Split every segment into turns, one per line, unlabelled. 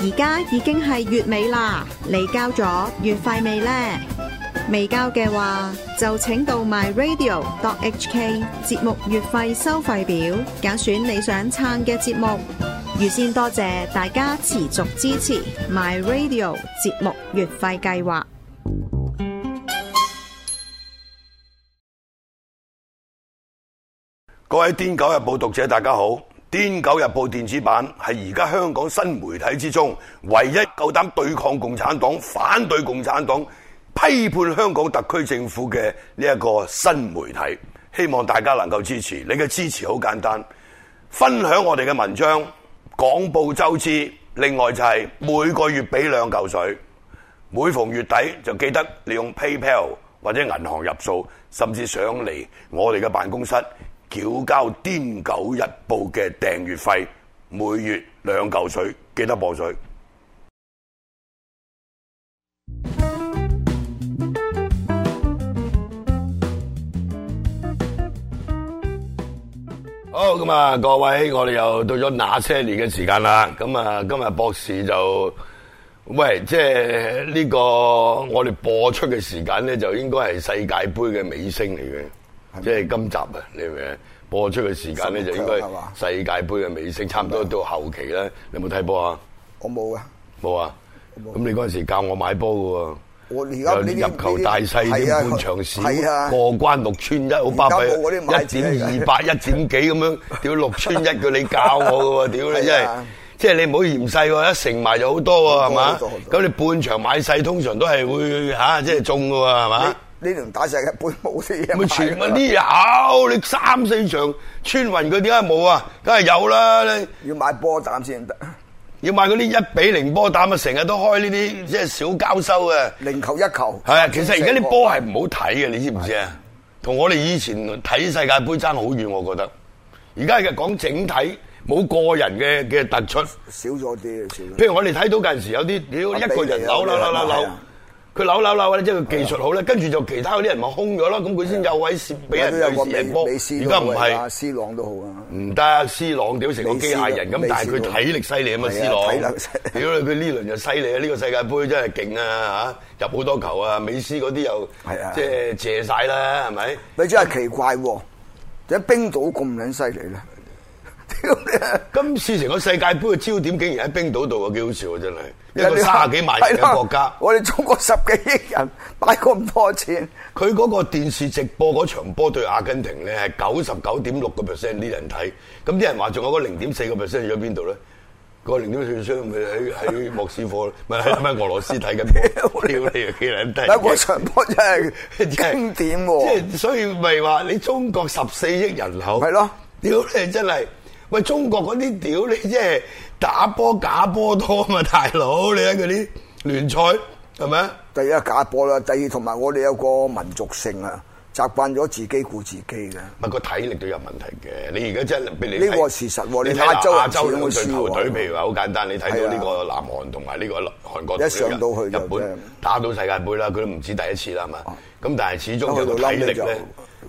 而家已經係月尾啦，你交咗月費未呢？未交嘅話，就請到 myradio.hk 節目月費收費表，揀選你想撐嘅節目。預先多謝大家持續支持 myradio 節目月費計劃。
各位《癲狗日報》讀者，大家好！《癲狗日報》電子版係而家香港新媒體之中唯一夠膽對抗共產黨、反對共產黨、批判香港特區政府嘅呢一個新媒體。希望大家能夠支持，你嘅支持好簡單，分享我哋嘅文章，廣報周知。另外就係每個月俾兩嚿水，每逢月底就記得利用 PayPal 或者銀行入數，甚至上嚟我哋嘅辦公室繳交《癲狗日報》嘅訂閱費，每月兩嚿水，記得磅水。好咁啊，各位，我哋又到咗那些年嘅時間啦。咁啊，今日博士就喂，即係呢、個我哋播出嘅時間咧，就應該係世界盃嘅尾聲嚟嘅，即係今集啊，你明唔明？播出嘅時間咧就應該
十六強係嘛
世界盃嘅尾聲，差唔多到後期啦。你有冇睇波啊？
我冇啊！
冇啊？
冇
咁你嗰陣時教我買波嘅喎。
我而家
有
呢啲
入球大細
呢
啲
啲係啊
半場市，
係啊
過關六穿一好巴
而家冇嗰啲買
閉，一
字
點
嚟
二
㗎
八、一點幾咁樣，屌六穿一嘅你教我嘅喎，屌你真
係
係
啊，
即係你唔好嫌細喎，一成埋就好多喎，係
好
嘛
多好多好？多
咁你半場買細通常都係會嚇，即係中嘅喎，係嘛？
呢呢輪打世界盃冇啲啊嘢買㗎啦，
啊咪全部啲有，你三四場穿雲佢點解冇啊？梗係有啦，你
要買波膽先得，
要買嗰啲一比零波膽啊，成日都開呢啲即係小交收啊。
零球一球。
係啊，其實而家啲波係唔好睇嘅，你知唔知啊？同我哋以前睇世界盃爭好遠，我覺得。而家係講整體，冇個人嘅嘅突出。
少咗啲，少咗。
譬如我哋睇到嗰陣時有啲
嗯阿
屌一
比
個人
利啊
扭扭扭扭
係
扭
啊，
佢扭扭扭咧，即係佢技術好咧，跟住就其他嗰啲人咪空咗咯，咁佢先有位攝俾人
都啊有個
去
美
射波。
美斯
而
都
家唔
好啊，
係。
斯朗都好啊。
唔得，C 朗屌成個機械人咁，
美斯
但係佢體力犀利啊嘛
美
，C
斯
朗
體力犀利
屌你佢呢輪就犀利啊！呢個世界盃真係勁啊嚇，入好多球啊！美斯嗰啲又
係啊
即係借晒啦，係咪？
你真係奇怪喎，點解冰島咁撚犀利咧？ 屌你啊！
今次成個世界盃嘅焦點竟然喺冰島度啊，幾好笑啊！真係一個
人哋
三
話
十幾萬人
係
嘅
啦
國家，
我哋中國十幾億人擺咁多錢，
佢嗰個電視直播嗰場波對阿根廷咧係九十九點六個 percent 啲人睇，咁啲人話仲有嗰零點四個 percent 去咗邊度咧？個零點四 percent 咪喺喺莫斯科，咪喺咪俄羅斯睇緊波， 屌你啊幾撚低！
但係嗰場波真係
即係
經典喎。
即係所以咪話你中國十四億人口，
係咯，
屌你真係，喂中國嗰啲屌你即係打波假波多啊嘛，大佬你睇嗰啲聯賽係咪啊？
第一假波啦，第二同埋我哋有個民族性啊，習慣咗自己顧自己嘅。
咪個體力都有問題嘅，你而家真係俾你
呢個
睇
係事實喎
你
你
睇
亞洲人
亞洲兩隊
始終
球
會輸
隊，
喎
譬如話好簡單，你睇
係
到
啊
呢個南韓同埋呢個韓國隊
一上到去
日
就真係
本打到世界盃啦，佢都唔止第一次啦嘛。咁但係始終有個
去到
體力
嬲尾就
咧，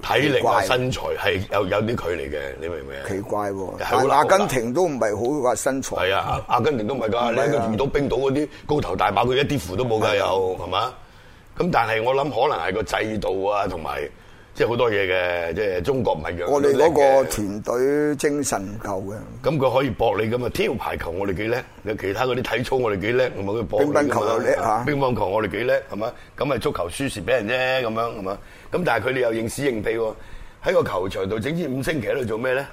體力
奇
啊
怪
身材係有有啲距離嘅，你明唔明啊？
奇怪喎，
係
但
好
係
難
阿根廷都唔係好話身材，
係啊，阿阿根廷都唔係㗎，你喺佢遇到冰島嗰啲高頭大馬，佢一啲符都冇
啊
㗎，又係嘛？咁但係我諗可能係個制度啊，同埋即係好多嘢嘅，即係中國唔係樣樣
我哋
叻
嗰個
嘅
團隊精神唔夠嘅。
咁佢可以搏你噶嘛？挑排球我哋幾叻，你其他嗰啲體操我哋幾叻，咁咪佢搏你㗎嘛啊
乒乓球又叻嚇
乒乓球我哋幾叻係嘛？咁咪足球輸蝕俾人啫咁樣係嘛？咁但係佢哋又認屎認屁喎，喺個球場度整支五星旗喺度做咩咧？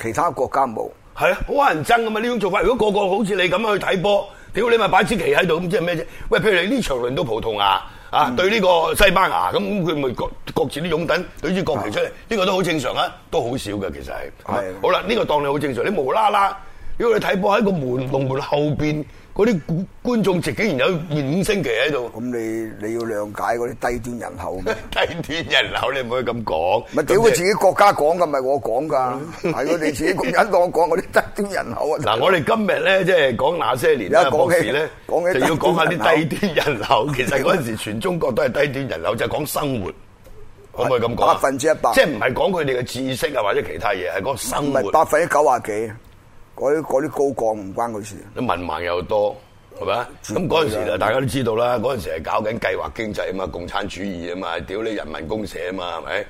其他國家冇，
係啊，好乞人憎噶嘛呢種做法。如果個個好似你咁樣去睇波，屌你咪擺支旗喺度，咁即係咩啫？喂，譬如你呢場輪到葡萄牙
嗯
啊，對呢個西班牙咁，咁佢咪各各自啲擁趸舉支國旗出嚟，呢個都好正常啊，都好少嘅其實係。
係
好啦，呢個當你好正常，你無啦啦，如果你睇波喺個門龍門後邊嗰啲觀觀眾席竟然有面五星旗喺度，
咁你你要諒解嗰啲低端人口。
低端人口你唔可以咁講。
咪屌
咁即
佢
係
自己國家講㗎，唔係我 講㗎，係佢哋自己共產黨講嗰啲低端人口啊！
嗱，我哋今日咧即係講那些年
而
啦，
家
博
講
士
起
咧
講
就
起
要講下啲低端人 口。其實嗰陣時全中國都係低端人口，就係講生活，可唔可以咁講啊？
百分之一百
即係唔係講佢哋嘅知識啊或者其他嘢，係講生
唔係
活。
百分之九啊幾，嗰啲嗰啲高幹唔關佢事。
啲文盲又多，係咪啊咁嗰陣時就大家都知道啦，嗰陣時係搞緊計劃經濟啊嘛，共產主義啊嘛，屌你人民公社啊嘛，係咪？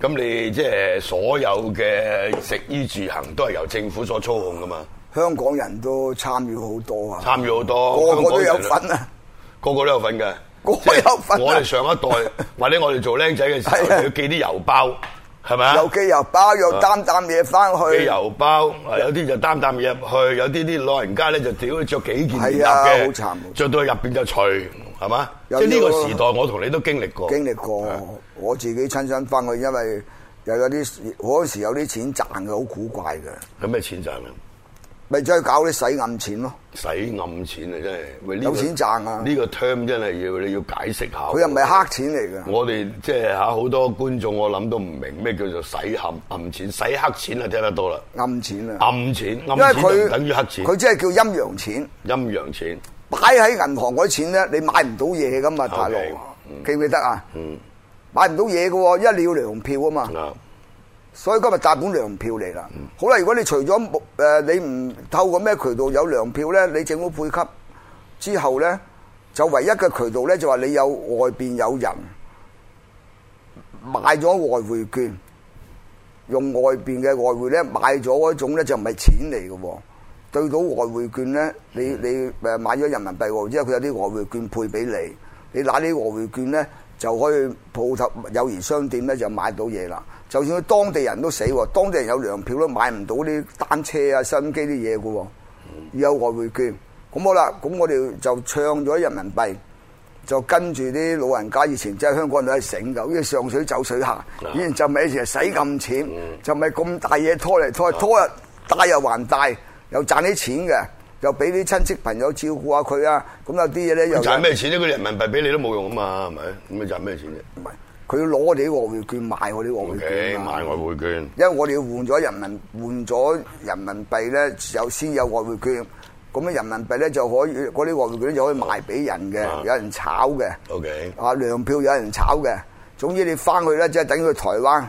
咁你即係所有嘅食衣住行都係由政府所操控噶嘛，
香港人都參與好多啊，
參與好多，
個個都有
香港人
份啊！
個個都有份嘅，
個個有份啊
即係我哋上一 代或者我哋做僆仔嘅時候，
係啊
要寄啲郵包，係咪啊？啊
有機又包，又擔擔嘢翻
寄
去，
郵包，啊有啲就擔擔嘢入去，有啲啲老人家咧就屌着幾件連
係
搭
啊
嘅
好慘
着到入邊就除，係嘛？即
有
係呢
呢
個
個
時代，我同你都經歷過。
經歷
啊
過。我自己親身翻去，因為又有啲嗰時有啲錢賺嘅，好古怪嘅，
有咩錢賺啊？
咪走去搞啲洗暗錢咯。
使暗錢啊，真係喂呢個
有錢賺啊
呢個 term 真係要你要解釋下。
佢又唔係黑錢嚟嘅，
我哋即係嚇好多觀眾，我諗都唔明咩叫做洗暗暗錢、洗黑錢啊，聽得多啦。
暗錢啊，
暗錢
因為
暗錢就唔
佢
等於黑錢，
佢即係叫陰陽錢。
陰陽錢。
擺喺銀行嗰啲錢咧，你買唔到嘢噶嘛，大佬
OK，嗯
記唔記得啊？
嗯
買唔到嘢嘅喎，因為你要糧票啊嘛，
啊，
所以今日帶本糧票嚟啦。好啦，如果你除咗誒、呃你唔透過咩渠道有糧票咧，你政府配給之後咧，就唯一嘅渠道咧就話你有外邊有人買咗外匯券，用外邊嘅外匯咧買咗嗰種咧就唔係錢嚟嘅喎。對到外匯券咧，你你誒買咗人民幣喎，之後佢有啲外匯券配俾你，你拿啲外匯券咧就可以鋪頭友誼商店咧就買到嘢啦。就算佢當地人都死喎，當地人有糧票都買唔到啲單車啊、收音機啲嘢嘅喎，要有外匯券。咁好啦，咁我哋就唱咗人民幣。就跟住啲老人家以前真係香港人都係醒㗎，好似上水走水
啊
客，以前就咪以前係使咁錢，
嗯
就咪咁大嘢拖嚟
啊
拖去，拖又大又還大，又賺啲錢嘅，又俾啲親戚朋友照顧下佢啊，咁有啲嘢咧又
賺咩錢咧？佢人民幣俾你都冇用啊嘛，係咪？咁你賺咩錢啫？
唔係佢要攞我哋啲外匯券買我哋啲
O
外匯
K，
券啊
買外匯券，
因為我哋要換咗人民換咗人民幣咧，有先有外匯券，咁樣人民幣咧就可以嗰啲外匯券就可以賣俾人嘅
啊，
有人炒嘅。
OK
啊糧票有人炒嘅，總之你翻去咧即係等於去台灣，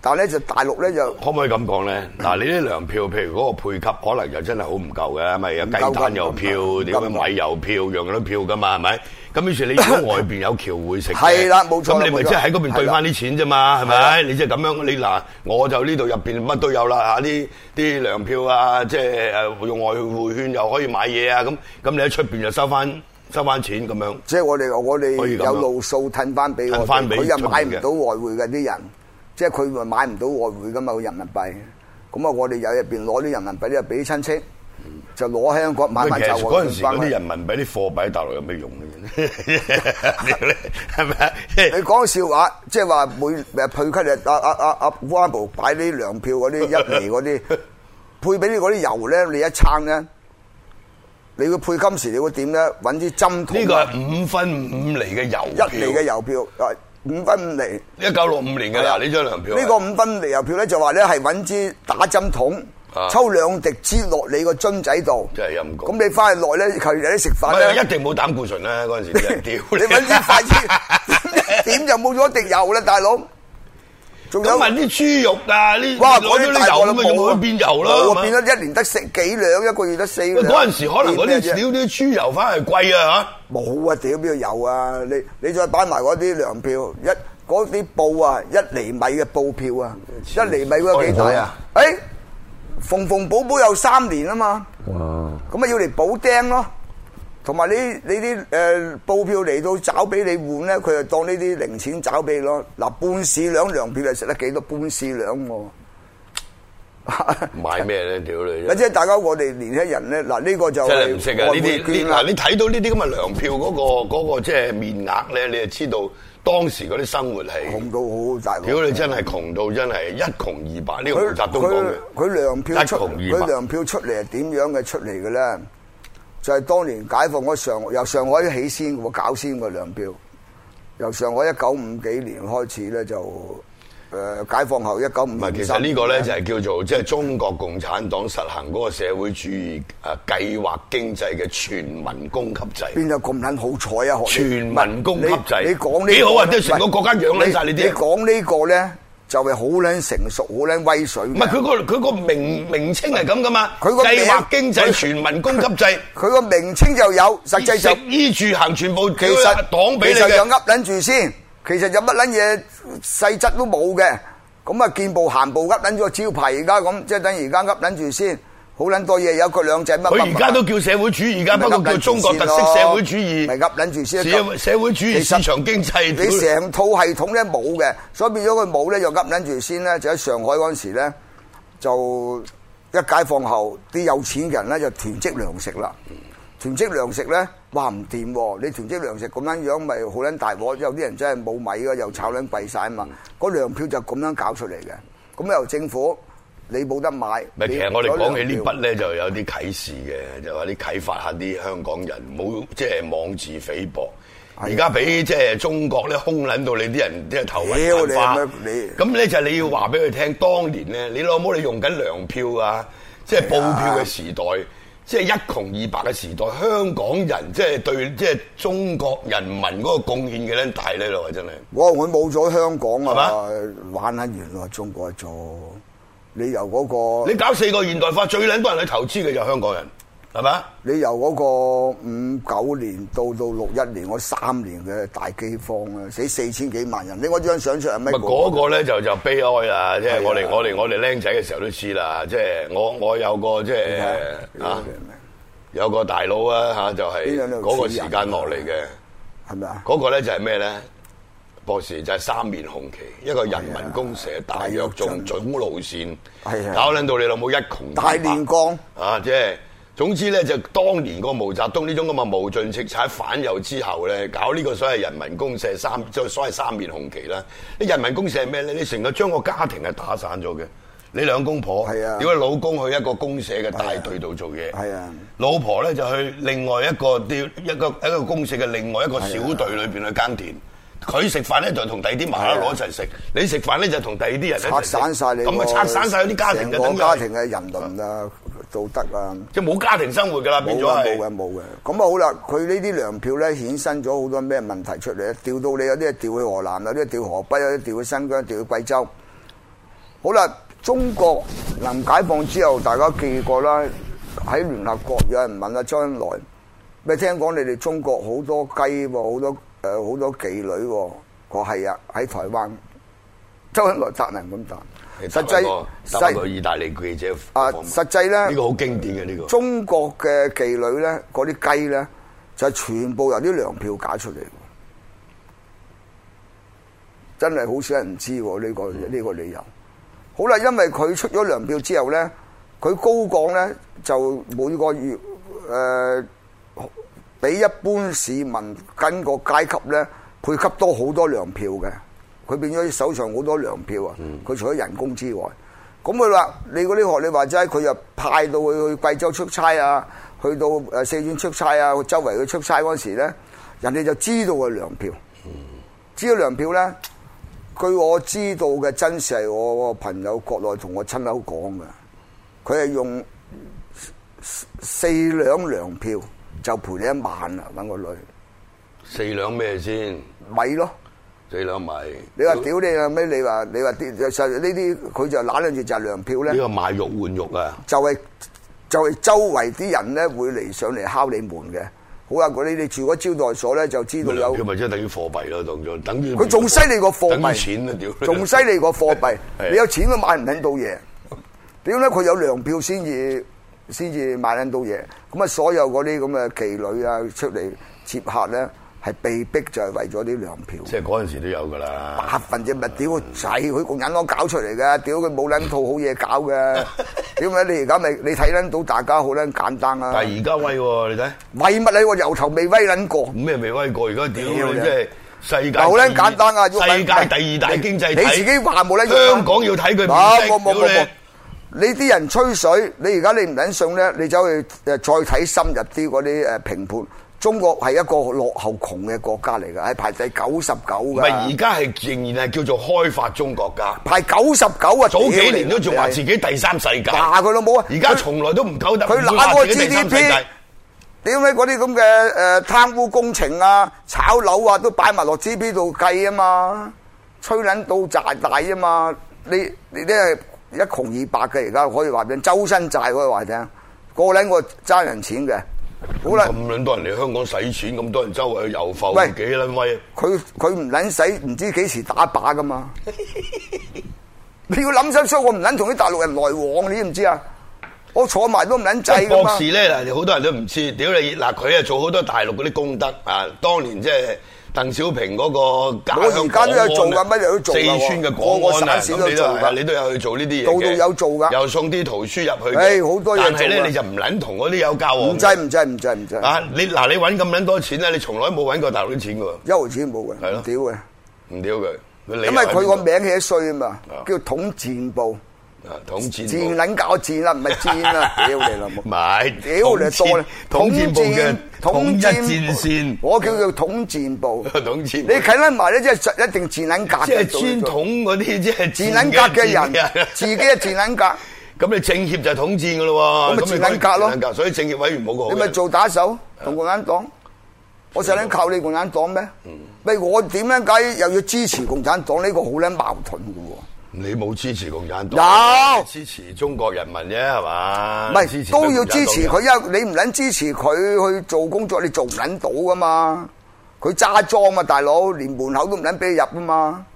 但係咧就大陸咧就
可唔可以咁講咧？
嗯
嗱，你啲糧票，譬如嗰個配給，可能就真係好唔夠嘅，咪有雞
夠
蛋又票，
唔夠
點
唔
樣
夠
米又票，樣樣都票噶嘛，係咪？咁於是你如果外邊有僑會食嘅，
係啦冇錯啦
咁你咪
冇錯
即係喺嗰邊
係
兌
啦
翻啲錢啫嘛，係咪？你即係咁樣，你嗱，我就呢度入邊乜都有啦嚇，啲啲糧票啊，即係誒用外匯券又可以買嘢啊，咁咁你喺出邊就收翻收翻錢咁樣。
即係我哋我
可
哋
以咁
有
樣
路數褪翻俾我
褪返
哋，
俾
佢又
出面
買唔
嘅
到外匯嘅啲人，即係佢咪買唔到外匯噶嘛個人民幣，咁啊我哋有入邊攞啲人民幣咧俾親戚，就攞喺香港慢慢
其
就
實嗰陣時
翻
嗰
去
啲人民幣啲貨幣喺大陸有咩用 咧？係咪啊？即
你
係
講笑話，即係話每誒配給日啊阿阿阿阿烏鴉毛擺啲糧票嗰啲 一厘嗰啲，配俾你嗰啲油咧，你一撐咧，你要配金時你會點咧？揾啲針筒啊
呢個係五分五厘嘅郵票
一厘嘅郵票，啊五分五厘。
一九六五年嘅啦，呢張糧票啊
呢個五分厘郵票咧就話咧係揾支打針筒
啊，
抽兩滴支落你個樽仔度。
真係陰公
咁你翻去內咧，求其你食
唔
飯
係
咧
一。定冇膽固醇啦，嗰陣時啲 人屌
你揾啲筷子 點就冇咗一滴油啦，大佬。仲有
咁咪啲豬肉啊， 呢
哇！
攞
嗰
咗
啲
啲
大
油咁
鑊啦，
咪就冇變油啦。係
我
嘛
啊變咗一年得食幾兩，一個月得四兩。
嗰陣時可能嗰
變咩
啲
啫
屌啲豬油反而貴啊
冇啊！屌邊度有啊？你你再擺埋嗰啲糧票，一嗰啲布啊，一厘米嘅布票啊，一厘米嗰個幾大啊？誒，縫縫補補有三年啊嘛，咁咪要嚟補釘咯。同埋你你啲誒布票嚟到找俾你換咧，佢就當呢啲零錢找俾你咯。嗱，半市兩糧票你食得幾多？半市兩喎、
嚇！買咩咧？屌你！
嗱，即係大家我哋年輕人咧，嗱呢個就
真係唔識啊！呢
外匯
啲
券
呢
啦
嗱，你睇到呢啲咁嘅糧票嗰個嗰個即係面額咧，你就知道當時嗰啲生活係
紅到好大
屌
鑊。
你真係窮到真係一窮二白，呢個毛
佢
澤東講
佢
嘅。
佢糧票出
一窮二
佢
白
糧票出嚟係點樣嘅出嚟嘅咧？就係當年解放嗰上由上海起先喎，搞先個糧票。由上海一九五幾年開始咧就誒解放後一九五
唔係，其實呢個咧就係叫做即係中國共產黨實行嗰個社會主義誒計劃經濟嘅全民供給制。
邊有咁撚好彩啊？學你
全民供給制
你你講呢個
幾好啊
呢
即係成個國家養撚晒你啲
你講呢個咧，就係好撚成熟、好撚威水嘅。
唔係佢個佢個名名稱係咁噶嘛？
嗯佢個名
計劃經濟全民供給制，
佢個名稱就有，實際就
食衣住行全部
其
其
實
黨俾你
其實呃就
嘅。
噏撚住先，其實有乜撚嘢細則都冇嘅。咁啊，見步行步噏撚咗個招牌，而家咁即係等於而家噏撚住先，好撚多嘢有一個兩仔乜乜
佢
乜
而家都叫社會主義㗎，不過
呃
叫中國特色社會主義。
咪呃噏撚住先
社社會主義
其實
市場經濟
你成套系統咧冇嘅，所以變咗佢冇咧，就噏撚住先咧。就喺上海嗰陣時咧，就一解放後，啲有錢人咧就囤積糧食啦。囤積糧食咧，哇唔掂喎！你囤積糧食咁樣樣，咪好撚大鑊。有啲人真係冇米嘅，又炒撚貴晒啊嘛。嗰糧票就咁樣搞出嚟嘅。咁由政府你冇得買，
唔係，其實
你
我哋
攞
講起
糧
呢
票
筆咧，就有啲啟示嘅，就話啲啟發下啲香港人，冇即係妄自菲薄。而家俾即係中國咧，空撚到你啲人即係頭
屌
暈
你
眼花
乜你。
咁咧就你要話俾佢聽，當年咧你老母你用緊糧票啊，即係報票嘅時代，即係一窮二白嘅時代，香港人即係對即係中國人民嗰個貢獻嘅咧大咧咯，真係。
我話佢冇咗香港啊
係，
玩撚完啦，中國做。你由嗰、個
你搞四個現代化，最撚多人去投資嘅就係香港人，係咪啊？
你由嗰個五九年到到六一年，我三年嘅大饑荒啊，死四千幾萬人。你我張相出係咩
咪？嗰個咧就就悲哀啦，即係我
係
哋
啊
我哋我哋僆仔嘅時候都知啦，即係我我有個即
你睇
係
下
啊有個大佬啊嚇，就係
呢兩條
嗰個
紙
時
人
間落嚟嘅，
係咪啊？
嗰個咧就係咩咧？博士就係三面紅旗，一個人民公社大躍進總路線，
啊係啊
搞撚到你老母一窮
大
二白
連江
啊！即係總之咧，就當年個毛澤東呢種咁嘅無盡赤踩反右之後咧，搞呢個所謂人民公社三，即係所謂三面紅旗啦。啲人民公社係咩咧？你成個將個家庭係打散咗嘅。你兩公婆，
係啊
屌你老公去一個公社嘅大隊度做嘢，
係啊
老婆咧就去另外一個屌一個一個公社嘅另外一個小隊裏邊去耕田。佢食飯咧就同第二啲麻甩佬一齊食，你食飯咧就同第二啲人一齊食
拆散晒你
咁啊
個
拆散晒啲家庭
成
嘅
個
等於
家庭嘅人倫啊、道德啊。
即係冇家庭生活㗎啦，變
冇
咗係
嘅冇嘅冇嘅，咁啊好啦，佢呢啲糧票咧衍生咗好多咩問題出嚟咧？調到你有啲係調去河南，有啲係調河北，有啲調去新疆，調去貴州。好啦，中國臨解放之後，大家記過啦，喺聯合國有人問啊周恩來，咩聽講你哋中國好多雞喎，好多誒好、多妓女喎，我係啊喺台灣，周恩來責難咁答，實際
實個
實
意大利記者
啊
訪問
實際咧。
呢個好經典嘅呢個。
中國嘅妓女咧，嗰啲雞咧，就係全部由啲糧票搞出嚟嘅，真係好少人知喎呢、個呢、個理由。好啦，因為佢出咗糧票之後咧，佢高講咧就每個月呃誒，比一般市民跟個階級咧配給多好多糧票嘅，佢變咗手上好多糧票啊！佢除咗人工之外，咁佢話你嗰啲學你話齋，佢又派到佢去貴州出差啊，去到誒四川出差啊，周圍去出差嗰時咧，人哋就知道個糧票，知道糧票咧。據我知道嘅真實係我個朋友國內同我親口講嘅，佢係用四四兩糧票就賠你一萬啦，揾個女
四兩咩先？
米咯。
四兩米。
你話屌你啊咩？你話你話啲實呢啲佢就揦兩住就係糧票
呢
咧，
個買肉換肉啊！
就係、就係、周圍啲人咧會嚟上嚟敲你門嘅。好啦，佢你哋住嗰招待所咧就知道
咁
有
糧票。咪即係等於貨幣咯，當咗等於
佢仲犀利過貨
等於
幣，
錢啊！屌，
仲犀利過貨幣
係。啊
你有錢都買唔撚到嘢，屌咧佢有糧票先至先至買撚到嘢。咁啊，所有嗰啲咁嘅妓女啊出嚟接客咧，係被逼就係為咗啲糧票。
即係嗰陣時都有㗎啦。
百分之咪屌個仔，佢共產黨搞出嚟嘅，屌佢冇撚套好嘢 搞嘅，屌解你而家咪你睇撚到大家好撚簡單啊
但！係而家威喎，你睇
威乜你我由頭未威撚過，
咩未威過？而家屌你
屌你
即係世界
嗱好
第二
撚簡單啊！
世界第二大經濟體，
你自己話冇撚用啊
香港要睇佢
啊
面色，
冇冇冇
屌
冇
你！
你啲人吹水，你而家你唔撚信咧，你走去誒再睇深入啲嗰啲誒評判。中國係一個落後窮嘅國家嚟㗎，係排第九十九
唔係而
㗎，
家係仍然係叫做開發中國家。
排九十九啊！
早幾年都仲話
屌
自
你
己第三世界，
話佢老母啊！
而家從來都唔夠膽
佢
唔會話
揦
自己第三世
嗰個
界
GDP。點解嗰啲咁嘅誒貪污工程啊、炒樓啊都擺埋落 G P 度計啊嘛？吹撚到債大啫嘛！你你都係一窮二白嘅，而家可以話俾你聽周身債可以話俾你聽，個撚個爭人錢嘅，好啦
咁。撚多人嚟香港使錢，咁多人周圍去遊浮，
喂
幾撚威？
佢佢唔撚使，唔知幾時打靶噶嘛？你要諗心所以我唔撚同啲大陸人來往，你知唔知啊？我坐埋都唔撚制噶
博
嘛
士？咧，嗱，好多人都唔知，屌你嗱，佢啊做好多大陸嗰啲功德啊，當年即係鄧小平嗰個家
我
鄉
而家都有做
港安啊
㗎乜嘢都做㗎
四川嘅
我我
港安啊，
省市
咁你都係你
都有做㗎
都有去做呢啲嘢
度
嘅
度有做㗎
又送啲圖書入去嘅，
唉好多嘢
但係
做
咧，
㗎
你就唔撚同嗰啲有交往
唔制
嘅
唔制唔制唔制，
啊！你嗱，你揾咁撚多錢咧，你從來冇揾過大陸啲錢嘅喎，
一毫錢冇
係咯
嘅，屌嘅。
唔屌佢，因
因為佢個名起得衰啊嘛
啊，
叫統戰部，
統戰
戰撚搞戰啦，唔係 戰啦，屌你老母
唔！係，
屌你多咧，
統戰部嘅統
統
一
戰
戰線，
我叫做統戰部。
統戰
你
部
近撚埋咧，即係一定戰撚格
即係
嘅，做
專統嗰啲，即係
自撚格嘅人，自己係自撚格，
咁你政協就統戰噶咯喎，
咁咪
你
自撚格咯
自撚格所以政協委員冇個好
你咪
人
做打手
啊
同共產黨。我使撚靠你共產黨咩？
嗯
咪我點樣解又要支持共產黨呢個好撚矛盾嘅
你冇支持共產黨，
有
你支持中國人民啫係嘛？
喎？唔
支持
係都要支持佢，
共產黨嘅。
因為你唔撚支持佢去做工作，你做唔撚到噶嘛？佢揸裝嘛，大佬連門口都唔撚俾你入噶啊嘛？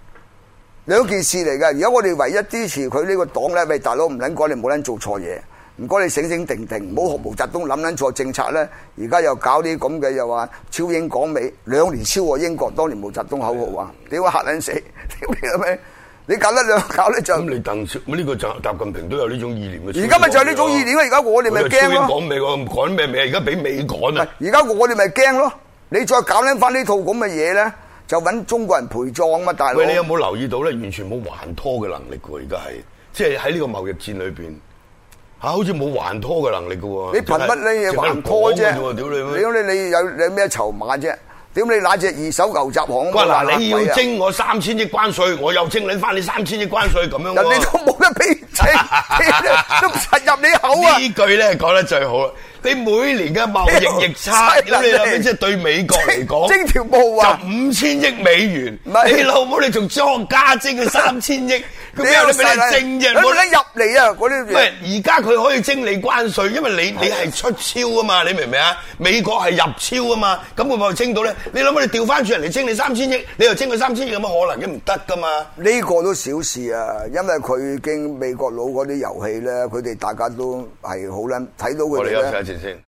兩件事嚟嘅。而家我哋唯一支持佢呢個黨咧，喂大佬唔撚講你冇撚做錯嘢，唔該你醒醒定定，唔好學毛澤東諗撚錯政策咧。而家又搞啲咁嘅，又話超英趕美，兩年超過英國當年毛澤東口號啊！屌嚇撚死，屌你老味！你搞得兩搞咧就
咁你鄧小呢個就習近平都有呢種意念嘅。
而家咪就係呢種意念，啊而家我哋咪驚咯。
講美國趕咩美？而家俾美趕啊！
而家我哋咪驚咯！你再搞撚翻呢套咁嘅嘢咧，就揾中國人陪葬嘛，大佬
喂，。你有冇留意到咧？完全冇還拖嘅能力嘅喎，而家係即係喺呢個貿易戰裏邊嚇，好似冇還拖嘅能力嘅喎。
你憑乜呢嘢還拖啫
淨係？講嘅啫喎屌你咩！
屌你你有你有咩籌碼啫？屌你揦只二手牛雜行
佢話
咁啊
嗱，你要
鬼啊
徵我三千億關税，我又徵你翻你三千億關税咁樣
人哋
喎。
都冇得俾徵，都唔實入你口啊！
呢句咧講得最好啦！你每年嘅貿易逆差，
屌
咁你諗下
真係
即係對美國嚟講，
徵條毛啊
就五千億美元。
唔係
你老母你仲裝加徵佢三千億，咁
有
有你俾你徵啫，
冇
冇
得
得
入嚟啊！嗰啲
唔係而家佢可以徵你關税，因為你你係出超啊嘛，你明唔明啊？美國係入超啊嘛，咁會唔會徵到咧？你諗下，你調翻轉人嚟徵你三千億，你又徵佢三千億，有乜可能嘅？唔得噶嘛！
呢個都小事啊，因為佢已經美國佬嗰啲遊戲咧，佢哋大家都係好撚睇到佢
我
哋
哋休息
咧
一。陣先。